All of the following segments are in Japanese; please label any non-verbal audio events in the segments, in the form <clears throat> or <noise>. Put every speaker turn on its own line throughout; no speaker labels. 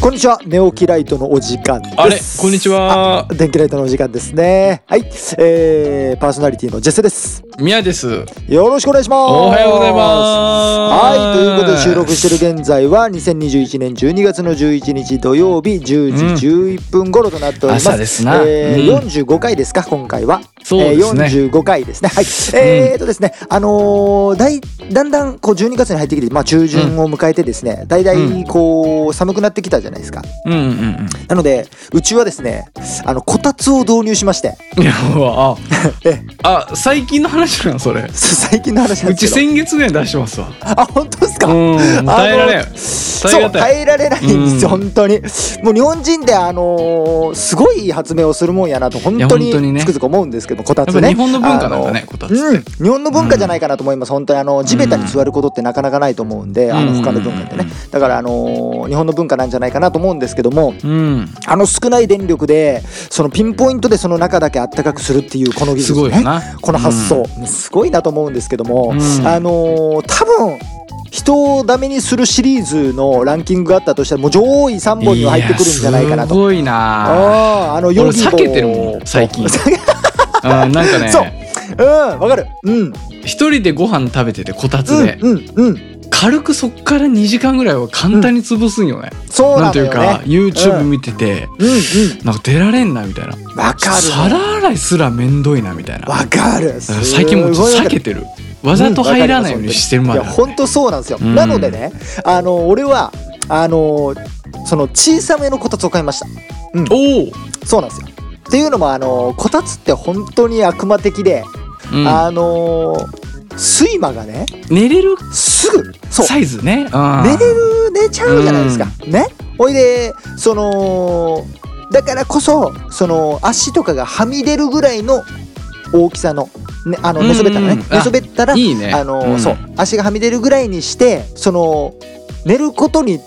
こんにちは、ネオキライトのお時間です。
あれこんにちは
あ。電気ライトのお時間ですね。はい、えー、パーソナリティのジェスです。
ミヤです。
よろしくお願いします。
おはようございます。
はい、ということで収録してる現在は2021年12月の11日土曜日10時11分頃となっております。
朝ですな
えー
うん
45回ですか、今回は。
そうですね
えー45回ですね。はい。えーっとですね、あのーだい、だんだんこう12月に入ってきて、まあ中旬を迎えてですね、だいだいこう寒くなってきたじゃないですか。
うんうんうん
なので、うちはですね、あの、こたつを導入しまして、 <laughs>
うん。いやあ
え、
あ最近の話なんそれ。
最近の話なん
う
で
ち
すけど。
先月ぐらいに出してますわ。
あ、本当ですか
うん耐えられん
<laughs> あ。の
耐え
そう
難い
耐えられないんですよ、
うん
本当にもう日本人ってあのーすごい発明をするもんやなと本当
い
に
や本当にね
つくづく思うんですけどこた
や
つ
っぱ
ね
日本の文化なんだね
あの
こたつって。
うん、日本の文化じゃないかなと思います、本当にあの地べたに座ることってなかなかないと思うんで、あの
うん
他の文化ってねだからあのー日本の文化なんじゃないかなと思うんですけども
うん。
あの少ない電力でそのピンポイントでその中だけあったかくするっていうこの技
す
術、ね、
ごいよな。
この発想、すごいなと思うんですけども、
うん
あのー多分人をダメにするシリーズのランキングがあったとしたらもう上位3
うん。
本には入ってくるんじゃないかなと。
やすごいな。
あーあの
俺
ヨギボー
避けてるもん最近うんなんかね
そううんわかるうん
一人でご飯食べててこた
う
つ
ん
で
うんうん
軽くそっから2時間ぐらいは簡単に潰すんよね。
そう
なん
なの
ていう
よ
か
ね
YouTube 見てて
うん
なんか出られんなみたいな。
うんわかる
皿洗いすらめんどいなみたいな
わかる
最近もう
すごいわかる
避けてるわざと入らないようにしてるま
い
で、
や本当そうなんですよ、
うん
なのでねあの俺はあのその小さめのこたつを買いました
おお、
そうなんですよっていうのもあのこたつって本当に悪魔的で、
うん
あの睡魔がね
寝れる
すぐそう
サイズね
寝れ
る
る寝ちゃうじゃないですか、ねほいでそのだからこそその足とかがはみ出るぐらいの大きさの,、ね、あの
うんうん
寝そべったらね、
あ
寝そべったら
いいね
あの
ん
そう足がはみ出るぐらいにしてその寝ることに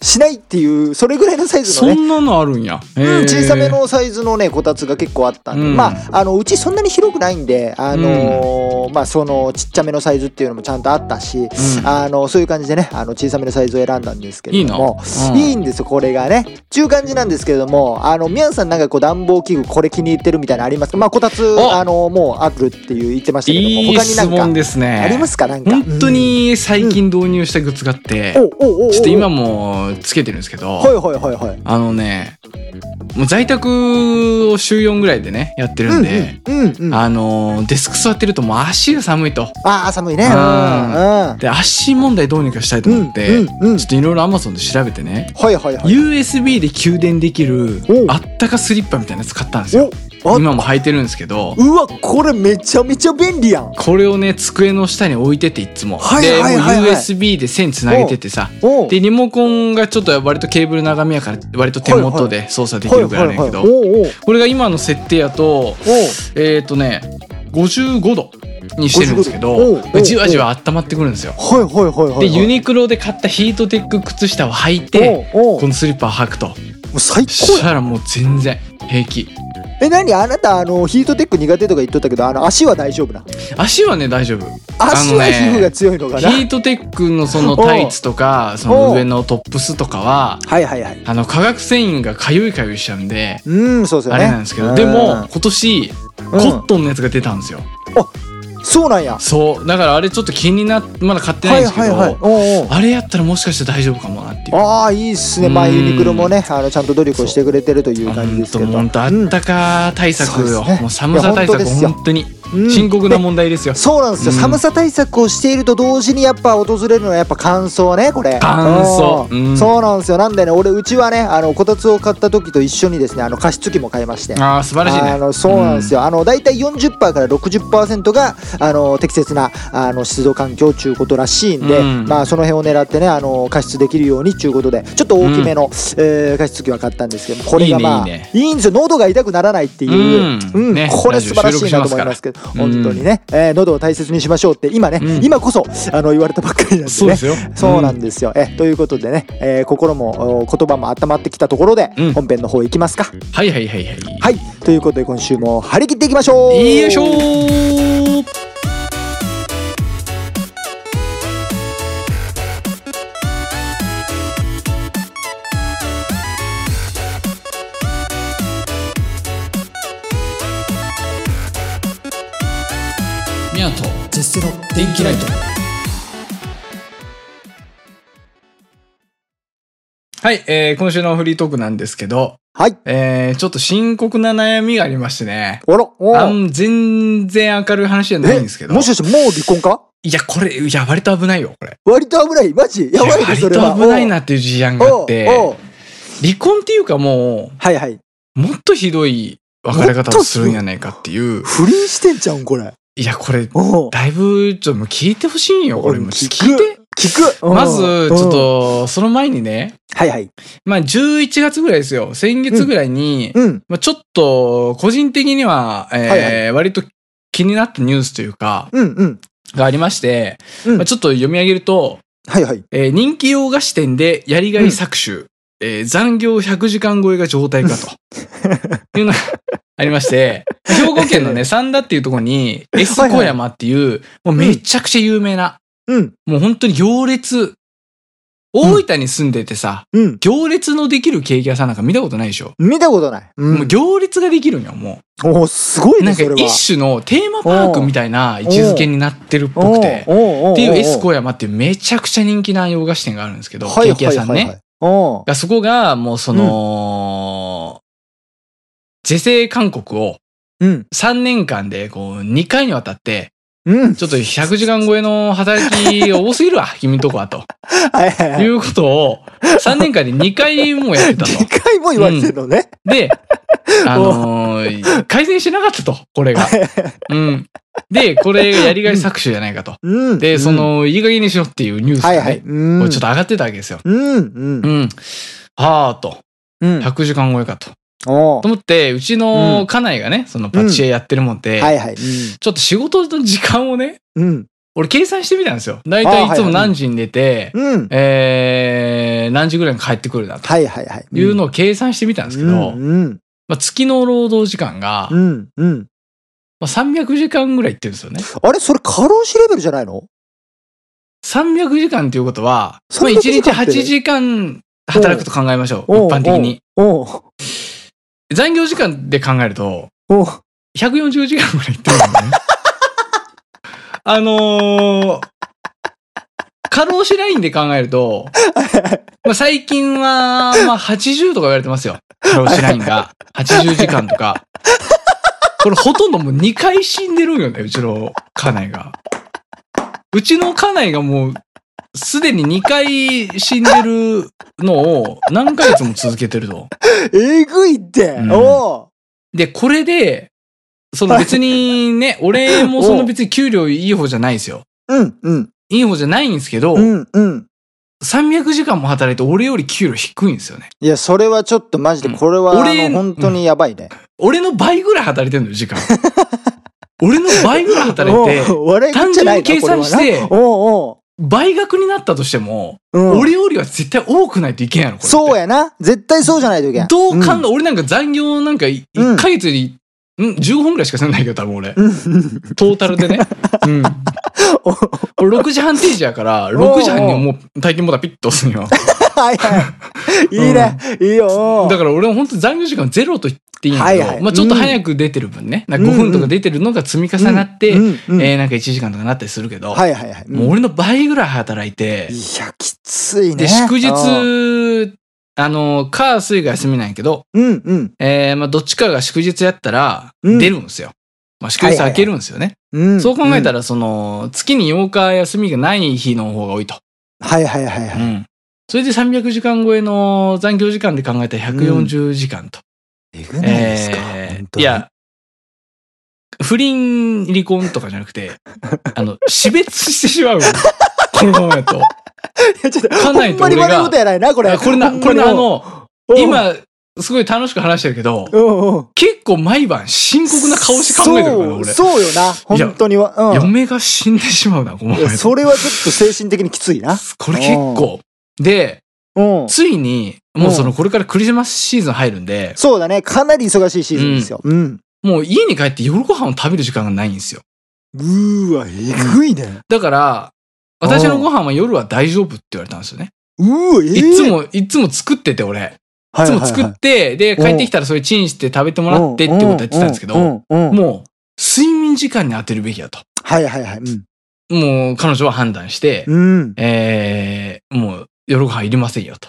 しないっていうそれぐらいのサイズ
そ
のね
んなのあるんや、へ
う
ー
ん、小さめのサイズのねこたつが結構あったんで、
うん
まああのうちそんなに広くないんであのーまあそのちっちゃめのサイズっていうのもちゃんとあったし、
うん
あのそういう感じでねあの小さめのサイズを選んだんですけ
い
れ
い
ど
な、
もいいんですよこれがねちゅう感じなんですけれどもあの皆さんなんかこう暖房器具これ気に入ってるみたいなのありますかまあこたつ
お
あのもうあるっていう言ってましたけども
いい
他にな
質問
んか
ですね
ありますかなんか
本当、に最近導入したグッズがあっ
うんお
て、
うおうおうおう
ちょっと今もうつけてるんですけ
はい
ど
はいはいはい
あのねもう在宅を週4ぐらいでねやってるんで、
うんうんうんうんあ
あのデスク座ってるともう足が寒いと
あ寒いね
あで足問題どうにかしたいと
うんうん
思って、
うんうん
ちょっといろいろ Amazon で調べてね、
はいはいはい
USB で給電できる
お
あったかスリッパみたいなやつ買ったんですよ
おあ
今も履いてるんですけど
うわこれめちゃめちゃ便利やん
これをね机の下に置いてていつも、
はいはいはいはい
でもう USB で線つなげててさ
おう
でリモコンがちょっと割とケーブル長めやから割と手元で操作できるぐらいなんやけ
はいは
ど
いはいおうおう
これが今の設定やと
おう
えっ、とね55度にしてるんですけ
55
ど
度おうおう
じわじわ温まってくるんですよ
はいはいはいはい
でユニクロで買ったヒートテック靴下を履いて
おうおう
このスリッパを履くと
もう最
そし
高や
たらもう全然平気
え何あなたあのヒートテック苦手とか言っとったけどあの足は大丈夫な
足はね大丈夫
足は
あのね
皮膚が強いのかな
ヒートテックのそのタイツとかその上のトップスとかは
はいはいはい
あの化学繊維がかゆいかゆいしちゃうんで
うんそうですよ
あ
ね
れなんですけ
う
どでも今年コットンのやつが出たんですよ
そうなんやは
そうだからあれちょっと気になってまだ買ってないん
い
ですけ
はいはい
ど
おうおう
あれやったらもしかして大丈夫かもなっていう
ああいいっすねまあ
うん
ユニクロもねあのちゃんと努力をしてくれてるという
ほ
感じ
ん
です
と
けど
ほんとあったか対策
うんそう
よ
ですね
もう寒さ対
い
策
やほんとですよ
本当に
うんうん
深刻な問題ですよ
そうなんですよ、
うん
寒さ対策をしていると同時にやっぱ訪れるのはやっぱ乾燥ねこれ
乾燥
うん
うん
そうなんですよなんでね俺うちはねあのこたつを買った時と一緒にですねあの加湿器も買いまして
ああ素晴らしいね
あのそうなんですよ、あの大体40%から60%があの適切なあの湿度環境ちゅうことらしいんで、
うん
まあ、その辺を狙ってねあの加湿できるようにちゅうことでちょっと大きめの、えー加湿器は買ったんですけどこれがまあいい
いいね
んですよ喉が痛くならないっていう、
うん
うん
ね
これ素晴らしいなと思いますけど
収録しますからうん
本当にね、えー喉を大切にしましょうって今ね、
うん
今こそあの言われたばっかりなんでね
そうですよ
そうなんですよ、えということでね、えー心もお言葉も温まってきたところで、
うん
本編の方行きますか。
はいはいはいはい
はい、ということで今週も張り切っていきましょう
よいしょーミヤと
絶世の
電気ライトはい、えー今週のフリートークなんですけど、
はい
えーちょっと深刻な悩みがありましてね。
あらおう
あん全然明るい話じゃないんですけど。
えもしかしてもう離婚か
いや、これ、いや、割と危ないよ、これ。
割と危ないマジやばいね
割
そ
と
れは
危ないなっていう事案があ
お
っ
う
て、
おうおう
離婚っていうかも、
はいはいう
もっとひどい別れ方をするんじゃないかっていう。
不倫してんじゃうんこれ
いや、これ、
おう
だいぶ、ちょっともう聞いてほしいんよ、これ。もう
聞く
聞いて。
聞くうん
まず、ちょっと、その前にね、
うんはいはい
まあ、11月ぐらいですよ。先月ぐらいに、
うん
まあ、ちょっと、個人的には、えー
はいは
割と気になったニュースというか、
うんうん
がありまして、
うん
まあ、ちょっと読み上げると、
はいはい
えー人気洋菓子店でやりがい搾取、えー残業100時間超えが状態化というのがありまして、兵庫県のね、三田っていうところに、エス小山っていう、もうめちゃくちゃ有名な、
うん
もう本当に行列、大分に住んでてさ、
うん
行列のできるケーキ屋さんなんか見たことないでしょ、
見たことないうん
もう行列ができるんよ、も
おうすご
う。
い
な
ね
ん
そ
か
れは
一種のテーマパークみたいな位置づけになってるっぽくて、
っ
っていうエス小山っていうめちゃくちゃ人気な洋菓子店があるんですけど、ケーキ屋さんね。
お
がそこが、もうその、是正勧告を <laughs>
うん
3年間でこう2回にわたって、
うん
ちょっと100時間超えの働き多すぎるわ、 <laughs> 君んとこは、と
はいはい <laughs> はい
いうことを3年間で2回もやってたと。
2回も言われてるのね。 <laughs>
で、あのー改善しなかったと、これ
<laughs>
が。うん。で、これがやりがい搾取じゃないかと。
うん。
で、そ、の、いい加減にしろっていうニュースが
は
ね、
いはい。う
こ
ん。
うちょっと上がってたわけですよ。
うん、うん
う。ん。あーと、
うん。
100時間超えかと。
おう
と思って、うち
う
の
ん
家内がね、そのパティシエやってるもんで、
はいはい。
ちょっと仕事の時間をね、
うん。
俺計算してみたんですよ。だいたいいつも何時に出て、
うん。
えー、何時ぐらいに帰ってくるなと
はいはいはい。
いうのを計算してみたん
な
ですけど、
うん。
まあ、月の労働時間が、
う
ま
ん。うん。
あ、300時間ぐらいいってるんですよね。
あれそれ過労死レベルじゃないの
300時間っていうことは、まあ、1
300時
日
間っ
8
て
時間働くと考えましょう。
おう
一般的に。
おう
残業時間で考えると、
おう
140時間ぐらい行ってるんだね。あのー、過労死ラインで考えると、まあ、最近は、まあ、80とか言われてますよ。過労死ラインが。80時間とか。これほとんどもう2回死んでるんよね、うちの家内が。うちの家内がもう、すでに2回死んでるのを何ヶ月も続けてると。
えぐいって
うん
お
で、これで、その別にね、
<laughs>
俺もその別に給料いい方じゃないですよ。
ううんうん
いい方じゃないんですけど、
うんうん。
300時間も働いて俺より給料低いんですよね。
いや、それはちょっとマジで、これは、
うん
あ
俺
の、本当にやばいね。
俺の倍ぐらい働いてるのよ、時
<laughs>
間。俺の倍ぐらい働いて、
おう笑い事じゃないな
単純に計算して
これはなお
倍額になったとしても、
うおう。うん
俺よりは絶対多くないといけんやろ、これって。
そうやな。絶対そうじゃないといけない。
どう考え、俺なんか残業なんか1
うん
ヶ月に、ん ?15 本ぐらいしかせんないけど、多分俺。
うんうん
トータル
<laughs>
でね。うん。俺6時半定時やから、
おう
6時半にもう体験ボタンピッと押すんよ。
はい
<laughs>
はい。いいね。いいよ。
だから俺は本当残業時間ゼロと言っていいんだけど、
はいはい
まあちょっと早く出てる分ね、なんか
うん
5分とか出てるのが積み重なって、
うんうん
えーなんか1時間とかなったりするけど、
はいはいはい。
もう俺の倍ぐらい働いて
い、や、きついね。
で、祝
うん
日、あの、火、水が休みなんやけど、
うんうん。
えーまあどっちかが祝日やったら
うん
出るんですよ。まあ祝日明けるんですよね。
うん、
そう考えた
ら、
ら、その、月に8日休みがない日の方が多いと。
はいはいはいはい。
うん。それで300時間超えの残業時間で考えたら140時間と。
えぐないですか、
えー
本当
い
に。
や、不倫、離婚とかじゃな
<laughs>
くて、あの、死別してしまう。このままやと。
いや、ちょっと、
家
ほ
内
ん
と
ま
俺
に
が
悪いことやないな、こ
こ
れ。
これな、
ほん
こ
ま
れ
に
な、あ、の、
おう、
今、すごい楽しく話してるけど、
おうおう
結構毎晩深刻な顔して考えてるから、俺。
そうそうよな、
いや
本当には。うん
嫁が死んでしまうな、このまま
い
や
や。
と
それはちょっと精神的にきついな。
これ結構。で、
うん。
ついに、もうその、これからクリスマスシーズン入るんで、
そうだね、かなり忙しいシーズンですよ。うん。
もう家に帰って夜ご飯を食べる時間がないんですよ。
うーわ、えぐいね。
だから、私のご飯は夜は大丈夫って言われたんですよね。
うわ、え
いつ、も、いつも作ってて、俺。い
い
つも作って、で、
うん
帰ってきたらそれチンして食べてもらってっていうことやってたんですけど、
も
もう、睡眠眠時間に当てるべきだと。
はいはいはい。うん。
もう彼女は判断して、
うん。
えー、もう夜ご飯いりませんよと。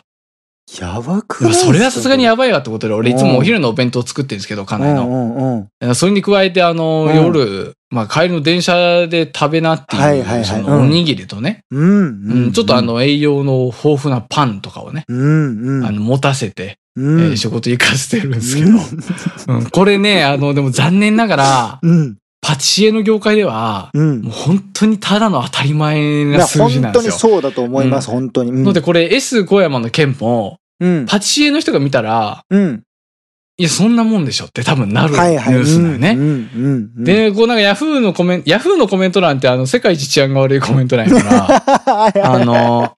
やばく
ま
な
あ
い
それはさすがにやばいわってことで、俺いつも
うん
お昼のお弁当作ってるんですけど、家
ば
内
う
の。
んうんうん。
それに加えて、あの
う、ん
夜、まあ帰りの電車で食べなって
はいはい
い
は
う、
い
そうの
ん
おにぎりとね、
うん
うんちょっとあ、の栄養の豊富なパンとかをね、
うんうん。
あの持たせて、
うん、
えー仕事行かせてるんですけど、うんこれね、あの、でも残念ながら、
うん。
パティシエの業界では、
うん。
もう本当にただの当たり前
い
な
や
数字な
本
んで
当
す
に
よ。
そうだと思います、本当に。うん
のでこれ S 小山の件も、
うん。
パティシエの人が見たら、
うん。
いや、そんなもんでしょって多分なるニ
はい
ュ
はい。
ースなの
うん
ね。
うんうん。
で、こうなんかヤフーのコメント、ヤフーのコメント欄ってあの、世界一治安が悪いコメント欄
<laughs>
やか
はいはい
ら、
は
あ
い、
の、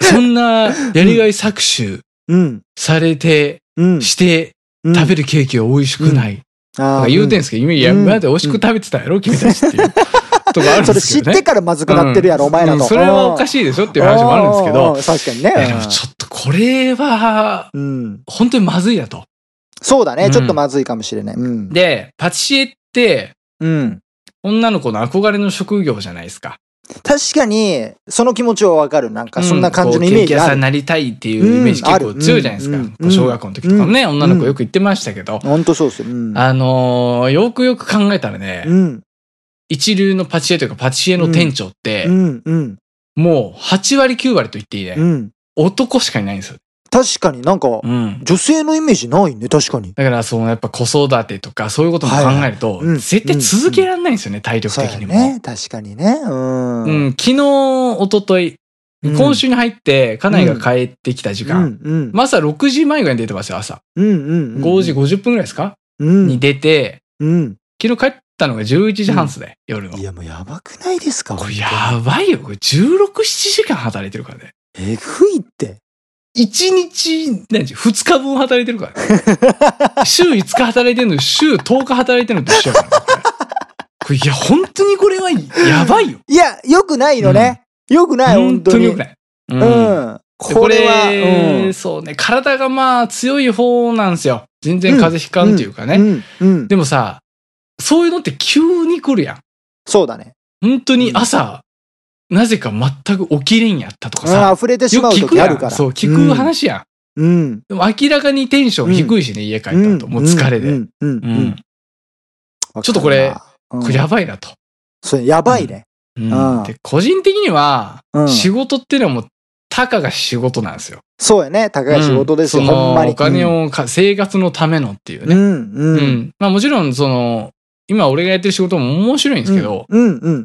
そんなやりがい搾取
<laughs> うん。
されて、
うん。
して、
うん
食べるケーキは美味しくない。と
あ
か
ー
言うてんすけど、いや、
うん
今まで美味しく食べてたやろ、君たちっていう。とか
う
ある
ん <laughs>
ん
そ
で
れ
す
知
け
っ
ど
て
ね。
からまずくなってるやろ、お前ら
うん
と。
それはおか
しい
しいでしょっていう話もあるんですけど、
確かに
いやでも
ね。
ちょっとこれは、
うん。
本当にまずいだと。
そうだ
う
ね。
ん
ちょっとまずいかもしれない。うん。
で、パティシエって、
うん。
女の子の憧れの職業じゃないですか。
確かに、その気持ちはわかる。なんか、そんな感じのイ
うんこう
メ
ケ
ージ
ーキ屋
あ
さん
る
に。なりたいっていうイメージ
うんあ
結
る
構強いじゃないですか。
うん
こう小学校の時とかもね、女の子よく言ってましたけど、
本当そうっすよ。うん。
あのーよくよく考えたらね、
うん。
一流のパティシエというかパティシエの店長って、
うん。うん。
もう8割9割と言っていいね。
うん。
男しかいないんですよ。
確かになんか、
うん。
女性のイメージないね、確かに。
だから、そのやっぱ子育てとか、そういうことも考えると
はいはいうん、
絶対続けられないんですよね、体力
そう
的
や
にも。
ね。確かにね。うん。
うん、昨日、一昨日
うん
今週に入って、家内が帰ってきた時
うん。うん。
間、まあ朝6時前ぐらいに出てますよ、朝。
うんうん。うん
5時。50分ぐらいですか
うん。
に出て、
うん。
昨日帰ったのが11時半っすね、夜の
い。や、もうやばくないですか
これやばいよ、これ16、7時間働いてるからね。
えぐいって。
1日、何時 ?2 日分働いてるからね。 <laughs> 週5日働いてるのに週10日働いてるのと一緒やからねこれ。これいや、本当にこれはやばいよ。
いや、よくないのね。よくない、本
本
当
当
に。
に
うん
よく。ない。うで
これは、
これそうね、体がまあ強い方なんですよ。全然風邪ひかんっていうかね。
うん。うん。
でもさ、そういうのって急に来るやん。
そうだね。
本当に朝、なぜか全く起きれんやったとか
あ
さ。
溢れてし
よ
まう
く聞く
時あ
や
るか
ん。
ら。
そう、聞く話やん。
うん。
でも明らかにテンション低いしね、家帰っ
う
た
ん。
後。もう疲れで。
うん。うん。
う
うんん
ちょっとこれ、
うん
これやばいなと。
それやばいね。
うん
うん
で個人的には、
うん
仕事っていうのはもう、たかが仕事なんですよ。
そうやね。高い仕事ですよ、
うんその
ほんまに。
お金をか、生活のためのっていう
う
ね。
ん。う。
うんん。
うん。
まあもちろん、その、今俺がやってる仕事も面白いんですけど、
うん。うん。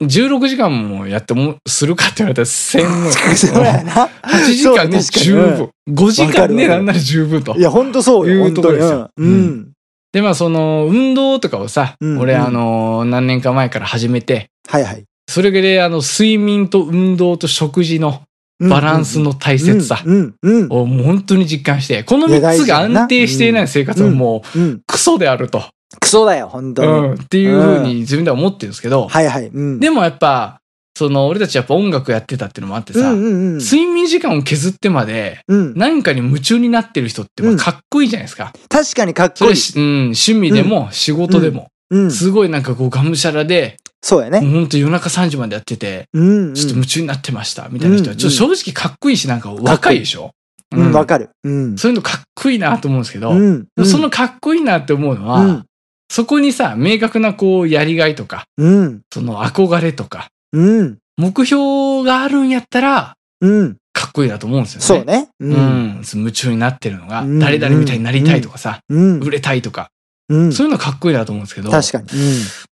うん。
16時間もやっても、するかって言われたら、1000も
<laughs> そうやな。
8時間で十
そう
分。5時
わか
間
る
ね、
わかる
なんなら十分と
い。や、ほんとそうよ。
い
ほ
うんとことで
に。
すよ
うんうん。
で、まあその、運動とかをさ、
うん
俺
うん
あの、何年か前から始めて、
はいはい。
それで、あの、睡眠と運動と食事のバランスの大
大
切さ
うん。うん。
をもう本当に実感して、この
いや
3つ
大事
が
だな
安定していない生活はもう
うん。
クソであると、
クソだよ、ほん
う
とに。
ん、っていうふうに自分では思ってるんですけど、
はいはい。うん。
でもやっぱ、その、俺たちやっぱ音楽やってたっていうのもあってさ、
うんうんうん。
睡眠時間を削ってまで、
うん。
何かに夢中になってる人ってまあ
うん
かっこいいじゃないですか。
確かにかっ
そ
こい
れ
い。
し、うん、趣味でも仕事でも、
うん。
すごいなんかこうがむしゃらで、
そうや
も
ね。
うほんと夜中3時までやってて、
うん。
ちょっと夢中になってました、みたいな人は、ちょっと正直かっこいいし、なんか若いでしょ。
うんうん、わ
若い
かる。うん。
そういうのかっこいいなと思うんですけど、
う
で
ん。
もそのかっこいいなって思うのは、
うん、
そこにさ、明確なこう、やりがいとか、
うん。
その憧れとか、
うん。
目標があるんやったら、
うん。
かっこいいなと思うんですよね。
そう。ね。う。
うんん。夢中になってるのが、
うん
誰々みたいになりたいとかさ、
うん
売。れたいとか、
うん。
そういうのかっこいいなと思うんですけど、
確かに。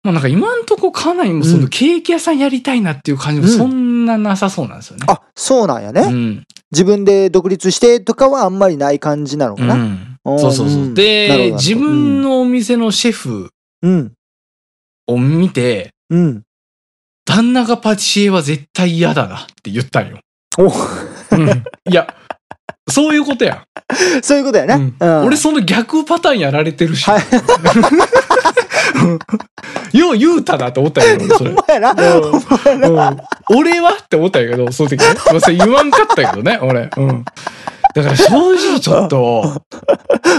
まあなんか今んとこかなりもうその
うん
ケーキ屋さんやりたいなっていう感じも
うん
そんななさそうなんですよね。
あ、そうなんや
う
ね。
ん。
自分で独立してとかはあんまりない感じなのか
う
な。
ん。
おー
そうそうそう
ん
う。
なるほ
で、
ど
自分のお店のシェフ
うん。
を見て、
うん。
旦那がパティシエは絶対嫌だなって言ったんよ。
お <laughs>
いや、そういうことや。
そういうことや
う
ね。
ん
うん
俺その逆パターンやられてるし。
は
<laughs> よう言うたなと思ったんやけ
<laughs>
ど、それ。
お前ら、
うんうん俺はって思ったんやけど、その時ね。まあそれ言わんかったけどね、俺。うん。だから正直ちょっと、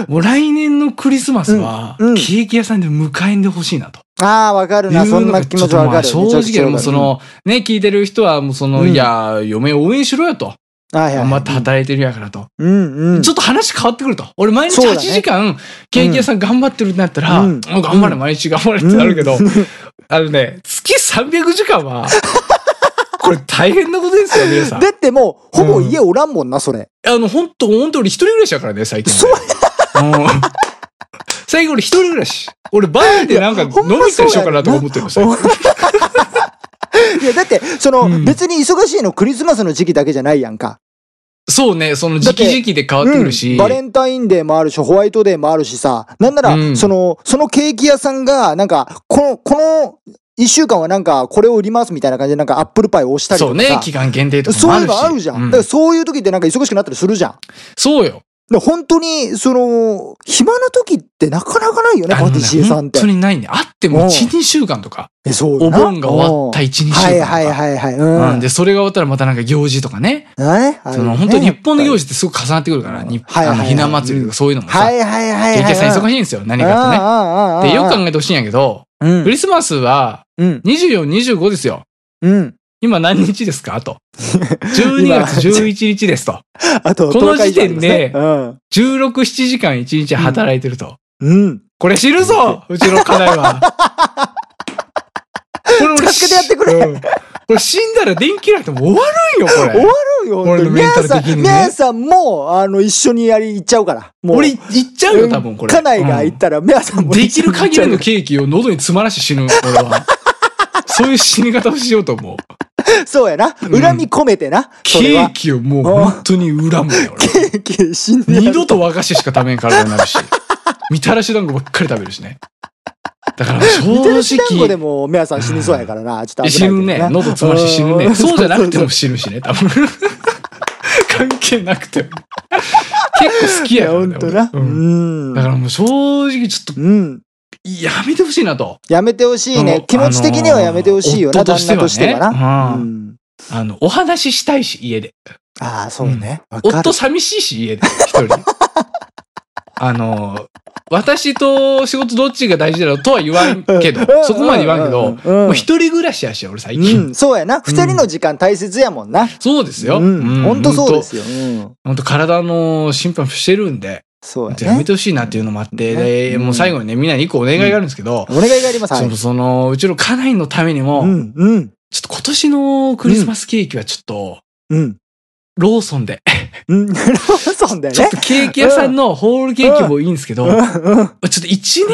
もう来年のクリスマスは、ケ
うんうん
ーキ屋さんで迎えんでほしいなと。
ああ、わかるな。
いう
そん
のが
な気持ちわかる。
ちょっとまあ
めちゃくち
正
ゃ
直、
わかる
もうそ、の、ね、聞いてる人は、もうその、
うん
いや、嫁応援しろよと。
うんはいはい、
また働いてるやからと。
うんうん。
ちょっと話変わってくると。俺毎日
そうだ
8
ね
時間、ケーキ屋さん頑張ってるってなったら、
うん
もう頑張れ、
うん
毎日頑張れってなるけど、あのね、月300時間は、 <laughs> これ大変なことですよ、皆さん。
だってもう、ほぼ家おらんもんな、それ。
あの、本当本当俺一人暮らしだからね、最近。
そう
うん最近俺一人暮らし。俺バーでなんか飲み
ほんま
行ったりしようかなとか思ってる
そうや
さ
ね。いや、だって、その、
うん
別に忙しいのクリスマスの時期だけじゃないやんか。
そうね、その時期時期で変わってくるし。
バレンタインデーもあるし、ホワイトデーもあるしさ、なんなら、
うん
その、そのケーキ屋さんが、なんか、この、この、一週間はなんか、これを売りますみたいな感じで、なんかアップルパイを押したりと
そう
か
ね
さ。、
期間限定とか
そ
も
うい
ある
う
し。
のあるじゃん。
う
だ
ん
からそういう時ってなんか忙しくなったりするじゃん。
そうよ。
で本当に、その、暇な時ってなかなかないよね、
あの
パ
ね
ティシエさんっ
本
て
当。にないね。あって
うん
も1、2週間とか。
え、そう
お
よな
盆が終わった1、2週間とか。
はいはいはいはい。う
うん、
ん。
で、それが終わったらまたなんか行事とかね。
ね
その本当日本の行
事。
事ってすごく重なってくるから、日
はいはいは
あ
い
のひな祭りとかそういうのもさ、
はいはいはいはい。
ケーキ屋さん忙しいんですよ、何かってね。
あ
で、よく
ね。
考えてほしいんやけど、
うん
クリスマスは
うん。
24、25ですよ。
うん。
今何日ですかと。12月11日ですと。
あと、
この
10日以上ありますね
時点で16、7時間1日働いてると。
うん。うん。
これ知るぞうちの課題は。これ
<laughs> 助けてやってくれ
うんこれ死んだら電気なくても終わるんよ、これ。
終わるよ、
俺のメンタル的
本当
にね
ミャンさん、ミャンさんも、あの、一緒にやり、行っちゃうから。もう
俺、行っちゃうよ、多分これ。
家内が行ったら、ミャンさん
うん
も。
できる限りの。ケーキを喉に詰まらして死ぬ、俺は。そういう死に方をしようと思う。
<laughs> そうやな。
ん
恨み込めてな。それ
ケ
は
ー。キをもう本当に恨むよ、俺。
ケーキ、 <laughs> 死んでやる
二度と和菓子しか食べん体になるし。みたらし団子ばっかり食べるしね。だから
みたらし
正
団子で
直、
も、皆さん死にそうやからな。ちょっと
死ぬね。喉詰まらして死ぬね。そうじゃなくても
好
死ぬしね、多分。関係なく
<laughs>
ても。結構好き
き
や
や。
から
ほ
ね
んとな。
俺
う
うん
ん
だ。からもう正直ちょっと
うん。
やめてほしいなと。
やめてほしい
あ
ね
の。
気持ち的にはやめてほしいよな、
あの
旦那
夫
と
と
し
してて
は
はね
な。
う
うん
あの、お話ししたいし、家で。
ああ、そうね。わかる
夫。寂しいし、家で、一
<laughs>
人。あの、私と仕事どっちが大事だろうとは言わんけど
うん、
そこまで言わんけ
う
ど、
んうん
もう一人暮らしやし、俺最近。
うん、そうやな。二人の時間大切やもんな。
そうですよ。
うん、本当そうです
よ。
よ。うん。
本当体の心配もしてるんで、
そうや
やめ
ね。
てほしいなっていうのもあって、
ね
で、もう最後にね、みんなに一個お願いがあるんですけど、
お願いがあります。は
そ
い
の、。その、うちの家内のためにも、
うん、うん、
ちょっと今年のクリスマスケーキはちょっと、
うん。
ローソンで、
うん、 <laughs> ローソンだよ
ちょっ
ね
と。ケーキ屋さんのホールケーキもいいんですけど、
う
ちょっ
ん、うん。
と1年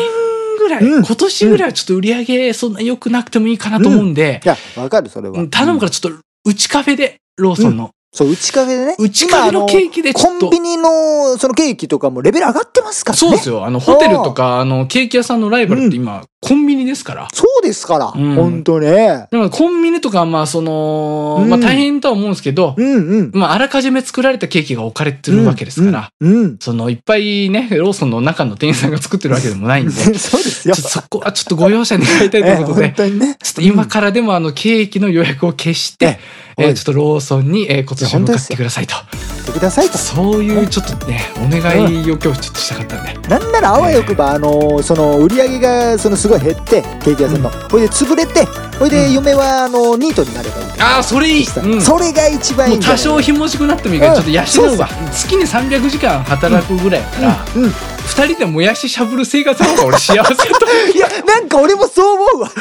ぐらい、
うん
今年ぐらいはちょっと売り上げそんな良くなくてもいいかなと思うんで、
いや、わかる、それは。
頼むからちょっと、うちカフェで、ローソンの、
そう、内カフェでね。
うちカフェのケーキでち
コ
ょっ
ン
と
ビ、ニの、そのケーキとかもレベル上がってますからね。
そうですよ、あの、ホテルとか、あの、ケーキ屋さんのライバルって今、コンビニですから。
そうですから。
うん
ほんとね。
だからコンビニとかはまあ、その、
うん
まあ大変とは思うんですけど、
うんうん。
まあ、あらかじめ作られたケーキが置かれてるわけですから、
うん。うん。
その、いっぱいね、ローソンの中の店員さんが作ってるわけでもないんで、ちょ
<laughs>
っ
そうですよ
と。そこはちょっとご容赦願いたいと
え
いうこと
本
で、
当にね。
ちょっと今からでもあの、ケーキの予約を消して、
え
えーちょっとローソンに、えー今年も向かってくださいと。
やってくださいと。
そういうちょっとね、お願いを今日ちょっとしたかったんで。
なんならあわよくば、あのーその売り上げがそのすごい減ってケーキ屋さんの、ほいで潰れてほいで嫁はあのニートになればいい
ああ、それいい、
さ
うん
それが一番い
も
いん
う
じゃ
多
ない
少ひもじくなってもいいから、ちょっと養うわ。
う
月に300時間働くぐらいやから、
うん、
二人でもやししゃぶる生活の方が俺幸
<laughs>
せだと思う。
いやなんか俺もそう思う
<laughs>
わ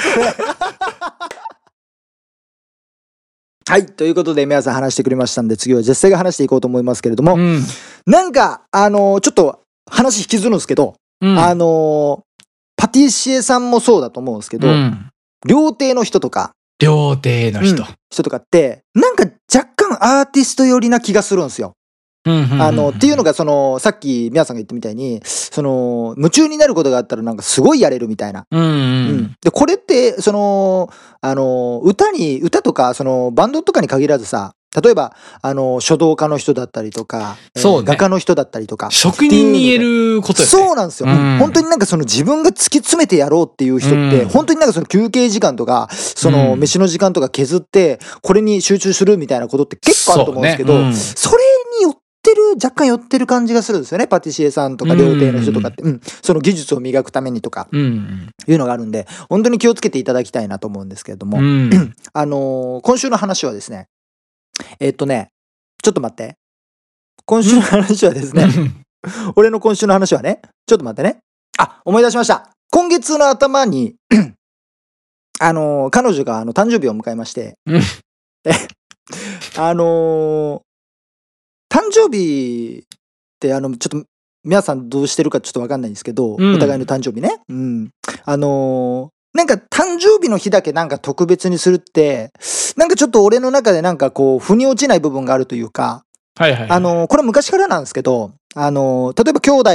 はいということで皆さん話してくれましたんで次は絶世が話していこうと思いますけれども、
うん。
なんかあのーちょっと話引きずるんですけど、
うん。
あのーパティシエさんもそうだと思うんですけど、
うん
料亭の人とか
料亭の人。
人とかってなんか若干アーティスト寄りな気がするんですよ。あ
あ
の、っていうのが、その、さっき、皆さんが言ったみたいに、その、夢中になることがあったら、なんかすごいやれるみたいな。
うん
う
うん
ん。で、これって、その、あの、歌に、歌とか、その、バンドとかに限らずさ、例えば、あの、書道家の人だったりとか、えー
そうね
画家の人だったりとか。
職人に言えることよね。
そうなんですよ、
うん
本当になんかその自分が突き詰めてやろうっていう人って、
うん
本当になんかその休憩時間とか、その
うん
飯の時間とか削って、これに集中するみたいなことって結構あると思うんですけど、
そうねうん
それによてる、若干寄ってる感じがするんですよね。パティシエさんとか料亭の人とかって。うん。その技術を磨くためにとか
うん。
いうのがあるんで、本当に気をつけていただきたいなと思うんですけれども。
うん。
あのー今週の話はですね、えっとね、ちょっと待って。今週の話はですね、俺の今週の話はね、ちょっと待ってね。あ、思い出しました。今月の頭に、 <clears throat> あのー彼女があの誕生日を迎えまして、 <laughs>
うん
であのー誕生日ってあの、ちょっと皆さんどうしてるかちょっとわかんないんですけど、
うん
お互いの誕生日ね。うん。あのーなんか誕生日の日だけなんか特別にするって、なんかちょっと俺の中でなんかこう、腑に落ちない部分があるというか、
<laughs> はいはい。
あ、の、これ昔からなんですけど、あの、例えば兄弟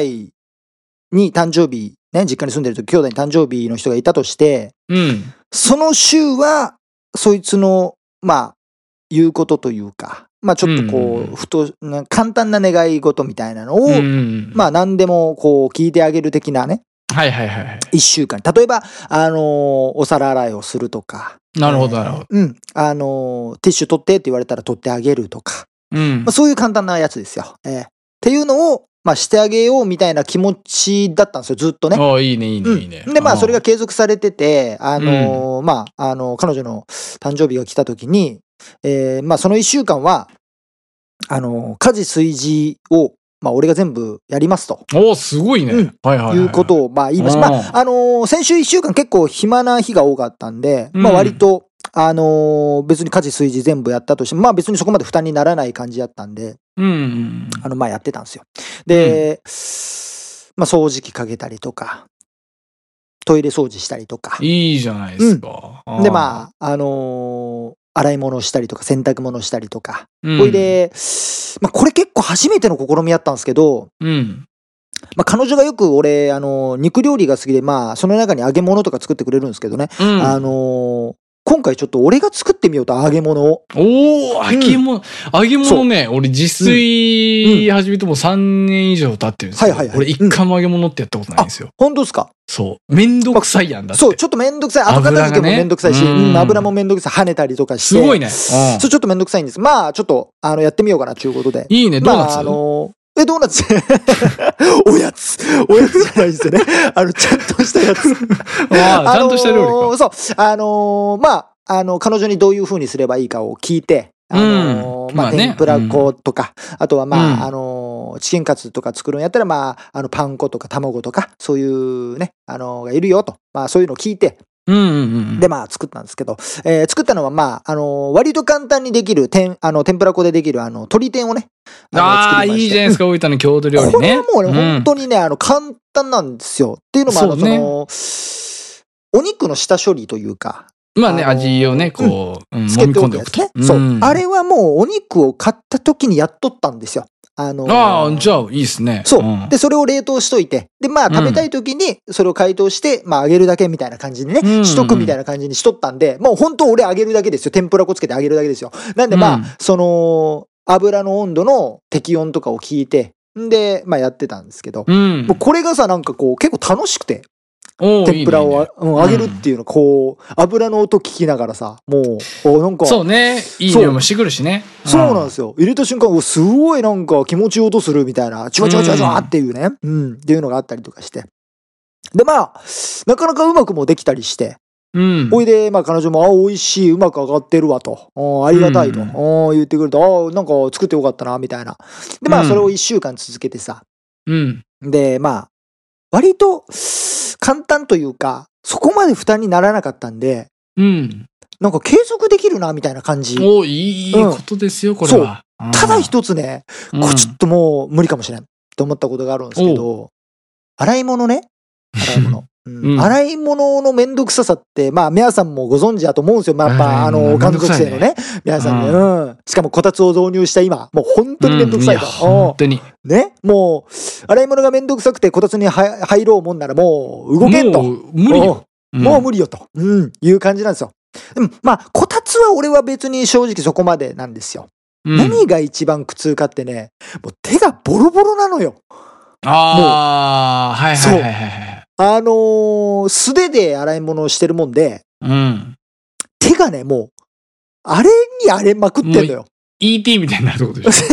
に誕生日、ね、実家に住んでる時兄弟に誕生日の人がいたとして、
うん。
その週は、そいつの、まあ、言うことというか、まあちょっと
うんう
こ
んう
う、
ん
ふと、な簡単な願い事みたいなのを、
うん。
まあ何でもこう、聞いてあげる的なね、
あ、はいはいはいはい。
一週間。例えば、あの、お皿洗いをするとか、
なるほど
えー
なるほど。
うん、あの、ティッシュ取ってって言われたら取ってあげるとか、
うん
まあ、。そういう簡単なやつですよ。えーっていうのを、まあ、してあげようみたいな気持ちだったんですよ、ずっとね。
おーいいねいいね
うん
いいね。
でまあ
うん
それが継続されてて、あのーまああのー彼女の誕生日が来た時に、えーまあ、その1週間はあのー家事炊事を、まあ、俺が全部やりますと
おーすごいね。
うん
はいはいはい。
いうことをまあ言いました、
うん
まああのー先週1週間結構暇な日が多かったんで、まあ、
うん
割と、あのー別に家事炊事全部やったとしても、まあ、別にそこまで負担にならない感じだったんで、
うんうん。
あの、まあやってたんですよ。で、まあ掃除機かけたりとか、トイレ掃除したりとか。
いいじゃないですか。
で、まあ、あのー洗い物をしたりとか、洗濯物をしたりとか。
あー
ほい、で、まあこれ結構初めての試みやったんですけど、
うん、うん。
まあ彼女がよく俺、あのー肉料理が好きで、まあその中に揚げ物とか作ってくれるんですけどね。
うん。
あのー今回ちょっと俺が作ってみようと揚げ物を。
おー、揚げ物、揚げ
そ
物
う
ね、俺自炊始めてもう3年以上経ってるんですけど、
はいはいはい
俺一回も揚げ物ってやったことないんですよ。
本当ですか
そう。めんどくさいやんだって。
そう、ちょっとめんどくさい。後片付けも
油がね
めんどくさいし、
うん
うん油もめんどくさい。跳ねたりとかして。
すごいね。うん
そう、ちょっとめんどくさいんです。まあ、ちょっと、あの、やってみようかな、ということで。
いいね、ドー
ま
ナ
あ、
ツ、
あのえ、ドーナツ <laughs> おやつおやつじゃないですよね。あの、ちゃんとしたやつ。
<laughs> あーちゃんとした料
あのー
理
そう、あのーまあ、あの、彼女にどういう風にすればいいかを聞いて、あのー
うん
ま
ま
あ、
あね
天ぷら粉とか、あとはまあ、
うん
あのーチキンカツとか作るんやったら、まあ、あの、パン粉とか卵とか、そういうね、あのーがいるよと。まあ、そういうのを聞いて、
か。うんうんうん。
で、まあ、作ったんですけど、えー作ったのは、まあ、あのー割と簡単にできる、天、あの、天ぷら粉でできる、あの、鶏天をね、の
ああ、
作りま
い
して
いじゃないですか、大分の郷土料理
これ
ね
は。もうね、
うん
本当にね、あの、簡単なんですよ。っていうのも、あの、そ,、
そうね
の、お肉の下処理というか、
まあね、
あのー
味をね、こう、うん
つ
揉
け
み
て
込
お
ん
く
でお
や
く
つ
と
ね。。そう。
ん
あれはもう、お肉を買った時にやっとったんですよ。あのー
ああ、じゃあいいですね。
そう、
ん
で、それを冷凍しといて。で、まあ、
うん
食べたい時に、それを解凍して、まあ、揚げるだけみたいな感じにね、
うん
しとくみたいな感じにしとったんで、もう本当俺揚げるだけですよ。天ぷら粉つけて揚げるだけですよ。なんで、まあ、
うん
その、油の温度の適温とかを聞いて、んで、まあ、やってたんですけど、
うん
もう。これがさ、なんかこう、結構楽しくて、
おーい
天
い
ぷ
ね
ら
いいね
をあうん揚げるっていうの、こう、油の音聞きながらさ、もう、おなんか、
そうね。いい匂いもしてくるしね。。
そうなんですすよ。入れた瞬間、おすごいなんか気持ちいい音するみたいな、チュワチュワチュワチュワっていうね、うん、っていうのがあったりとかして。で、まあ、なかなかうまくもできたりして、
うん。
ほいで、まあ彼女も、あ、美味しい、うまく上がってるわと、うんありがたいと、
う
うんん言ってくれて、あ、なんか作ってよかったな、みたいな。で、まあ
うん
それを一週間続けてさ、
うん。
で、まあ、割と簡単というか、そこまで負担にならなかったんで、
うん。
なんか継続できるな、みたいな感じ。
おいいことですよ、これは。うん
ただ、一つね、
うん
これちょっともう無理かもしれんと思ったことがあるんですけど、洗い物ね。洗い
<laughs>
物。うん
うん
洗い物のめんどくささって、まあ皆さんもご存知だと思うんですよ。まあ、やっぱあ
洗い物
の、
めん
家
どく
族
さいね
生のね、皆さんね。
う
うん。しかもこたつを導入した今、もう本当にめんどくさいと
うんや。本当に。
うんね。もう、洗い物がめんどくさくてこたつには入ろうもんならもう動けんと。
もう無理よ。
うんもう無理よと、うん、いう感じなんですよ。でも、まあ、こたつは俺は別に正直そこまでなんですよ。
うん
何が一番苦痛かってね、もう手がボロボロなのよ。
ああ、はいはいはいはいはい。
あのー素手で洗い物をしてるもんで、
うん。
手がね、もう、あれに荒れまくってんのよ。
ET みたいになるってこと
<laughs>
でしょ。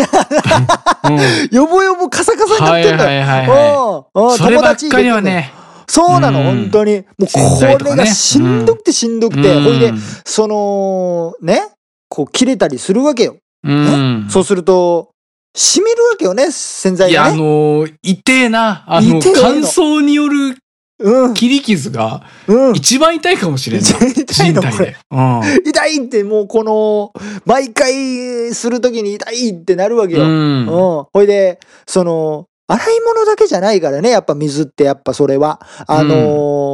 うん
よぼよぼカサカサにな
は
っ
い
て
はい
んだ
はい
よ。
は
うんうん
い。それば
友
っ
達
かりはね。
そうなの、
うん
本当に。もう
洗剤
ことれ
かね
がしんどくてしんどくて、
うん
ほいで、その、ね、こう切れたりするわけよ。
うん。
そうすると、染みるわけよね、洗剤
いや、
が
あ
ね。
のー、痛えな。あの、
痛えの
乾燥による
うん、
切り傷が
うん。
一番痛いかもしれ
<laughs>
ない。
痛い
人
のこ
体
れ。
で。うん。
<laughs> 痛いって、もうこの、毎回するときに痛いってなるわけよ。
う
うん。
ん。
ほいで、その、洗い物だけじゃないからね、やっぱ水って、やっぱそれは。あの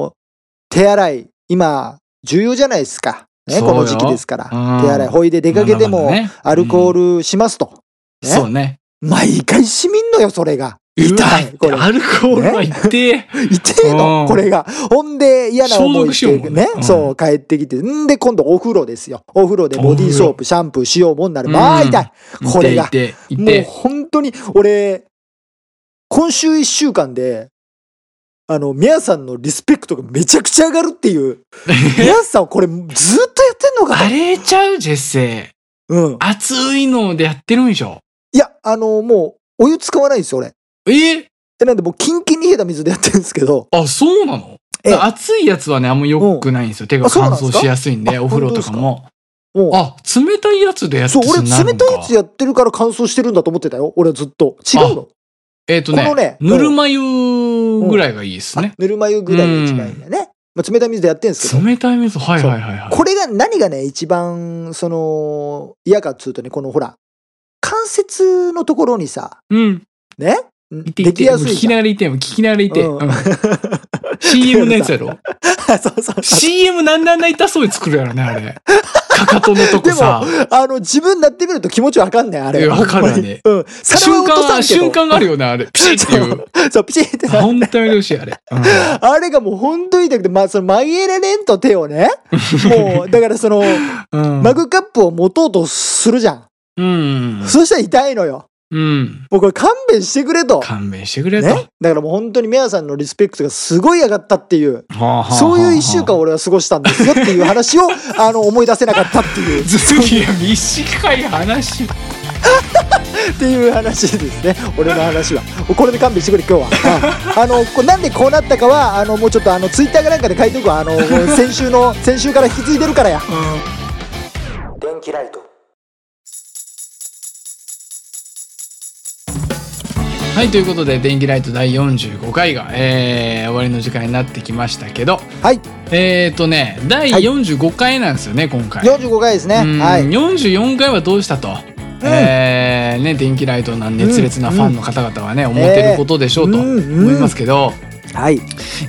ー手洗い、今、重要じゃないですか。ね、
そうよ
この時期ですから。
うん
手洗い、ほいで出かけても、
まだまだね
アルコールしますと。
うん
ね
そうね。
毎回しみんのよ、それが。
うわ
痛い。これ。
アルコールは痛え。
痛え
う
の
ん
これが。ほんで、嫌な思
消
い
毒
し
しよう
て
もん
ね
ね。うん
そう、帰ってきて。んで、今度お風呂ですよ。お風呂でボディーソープ、シャンプーしようもんなら、
うん
まあ痛い。これが
痛え痛
もう
え。痛
本当に、俺、今週一週間で、あの、宮さんのリスペクトがめちゃくちゃ上がるっていう。
え。
宮さん、これずっとやってんのかと
あれちゃう、ジェッセイ。
うん。
熱いのでやってるんでしょ。
いや、あの、もう、お湯使わないんですよ、俺。
え
えなんで、もう、キンキンに冷えた水でやってるんですけど。
あ、そうなの
ええ
熱いやつはね、あんま良くないんですよ。手が
あそうな
乾
んですか
燥しやすいんで、
あ
お風呂とかも。
もう
あ、冷たいやつでやって
そう、俺
なる
冷
のか
たいやつやってるから乾燥してるんだと思ってたよ。俺はずっと。違うの。
えっと
このね
ね、
うん
ぬるま湯ぐらいがいいですね。
ぬるま湯ぐらいが一番いいんだよね。まあ、冷たい水でやってるんですけど。
冷たい水、はいはいはいはい。
これが何がね、一番、その、嫌かっつうとね、このほら、関節のところにさ、
うん。
ね
いてい
でき
て、も
や
う
すい
聞き
じ
な
ゃん。
がらいて、もう聞きながらいて。
うん
うん CM のやつやろ
<laughs> そうそうそう
?CM なんなんないたそうに作るやろね、あれ。かかとのとこさ。 <laughs>
あの、自分になってみると気持ちわかんない、あ
い
れ。
やわかるわね
ほんまにうん。皿は
瞬
落とさん
間、
けど
瞬間があるよね、あれ。ピシッっていう。
そう、ピチってな
本当に嬉しい、あれ。うん
あれがもう本当に痛くて、まあ、その、紛れれんと手を
<laughs>
ね、もう、だからその、
うん
マグカップを持とうとするじゃん。
うん。
そしたら痛いのよ。
うん。
もうこれ勘弁してくれと。
勘弁してくれ
ね、
と。
だからもう本当にメアさんのリスペクトがすごい上がったっていう、
はあはあはあ
そういう一週間。俺は過ごしたんですよっていう話を、 <laughs> あの、思い出せなかったっていう、
次は短い話。
っていう話ですね。俺の話は。これで勘弁してくれ、今日
<laughs>
は。はいあの、こなんでこうなったかは、あの、もうちょっとあの、ツイッターかなんかで書いておくわ。
<laughs>
あの、先週の、先週から引き継いでるからや。電気ライト。
はい、ということで、電気ライト第45回が、えー終わりの時間になってきましたけど、
はい。
えっ、ー、とね、第
はい
45回なんですよね、今回。
45回ですね。
うん
はい。
44回はどうしたと。えーね、電気ライトな熱烈なファンの方々はね、思ってることでしょうと
うんうん
思いますけど、
はい。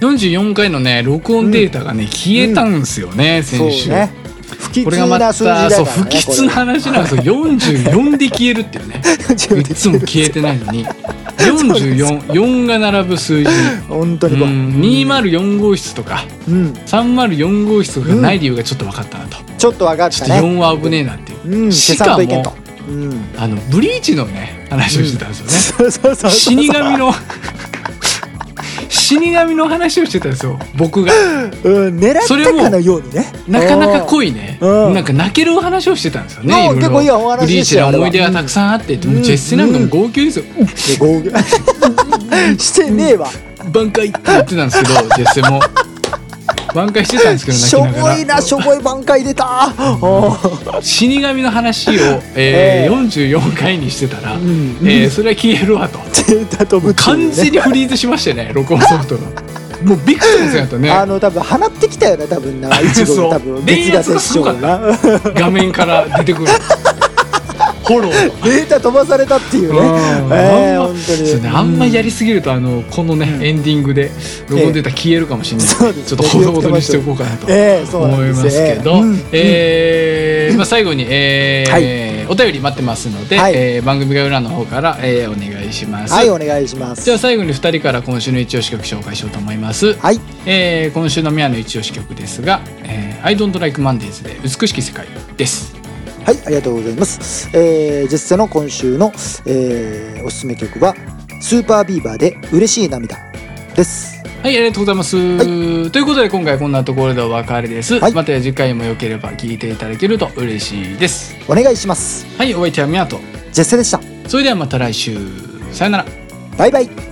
44回のね録音データがね、消えたんですよね、
そう
先週、
ね。不吉
これがまた
な数字だから、ね。
そう不吉な話なんですよ44で消えるっていうね
これ
<laughs> いつも消えてないのに444が <laughs> 並ぶ数字
本当
う
にこう。
ん204号室とか
うん。
304号室とかがない理由がちょっと分かったなと、
ちょっと分かっ
ちょ
た
っと
ね。
4は危ねえなっていう
うん、
し
消
か
さん
も
といけんと。うん。
あのブリーチのね話をしてたんです <laughs> よね、
そうそうそう。
死神。の <laughs> 死神の話をしてたんですよ僕が
うん、狙っ
それ
た
も
かのようにね。
なかなか濃いね、
うん
なんか泣けるお話をしてたんですよね、
うん
いろいろ
結構いいお話
ブリーチ
ですよ
の思い出がたくさんあって、
ん
もうジェッセなんかも号泣ですよ、
で合格 <laughs> してねえわ。
挽回って言ってたんですけ
<laughs>
どジェッセも挽回してたんですけど
しょ
泣きなが
ぼいな、
ら
しょぼい挽回出た。おー
死神の話を、
ええ
えー44回にしてたら、
ん
えーそれは消えるわと
データ飛ぶっていうね
完全にフリーズしましたね
<laughs>
録音ソフトがもうビクションズやった
あ
ね
の、多分放ってきたよね、多分
<laughs>
な。一号
そう
多分、別
電
が
圧がす
接
ごか
がな。
っ画面から出
<laughs>
てくるフォロー
データ飛ばされたっていうね。ええ、
あん
本
ま
当
そう
に。
ねあんまやりすぎるとあのこのね、エンディングで録音データ消えるかもしれない、
そうです
ちょっとほどほどにしておこうかなと
ええ、そうな
思い
ん
ま
ですす
けど、
うん
えーまあ、最後に、えーお便り待ってますので、
はい
えー番組概要欄の方から、えーお願いします。
はい、お願いします。
じゃあ最後に2人から今週の一押し曲紹介しようと思います、
はい。
えー今週のミヤの一押し曲ですが「えー、I don't like Mondays」で「美しき世界」です
はい、ありがとうございます。えー、ジェッセの今週の、えーおすすめ曲は、スーパービーバーで嬉しい涙です。
はい、ありがとうございます。ということで、今回こんなところでお別れです。
はい
また次回も良ければ聞いていただけると嬉しいです。
お願いします
はい、お相手はミヤと。
ジェスセでした
それではまた来週。さよなら。
バイバイ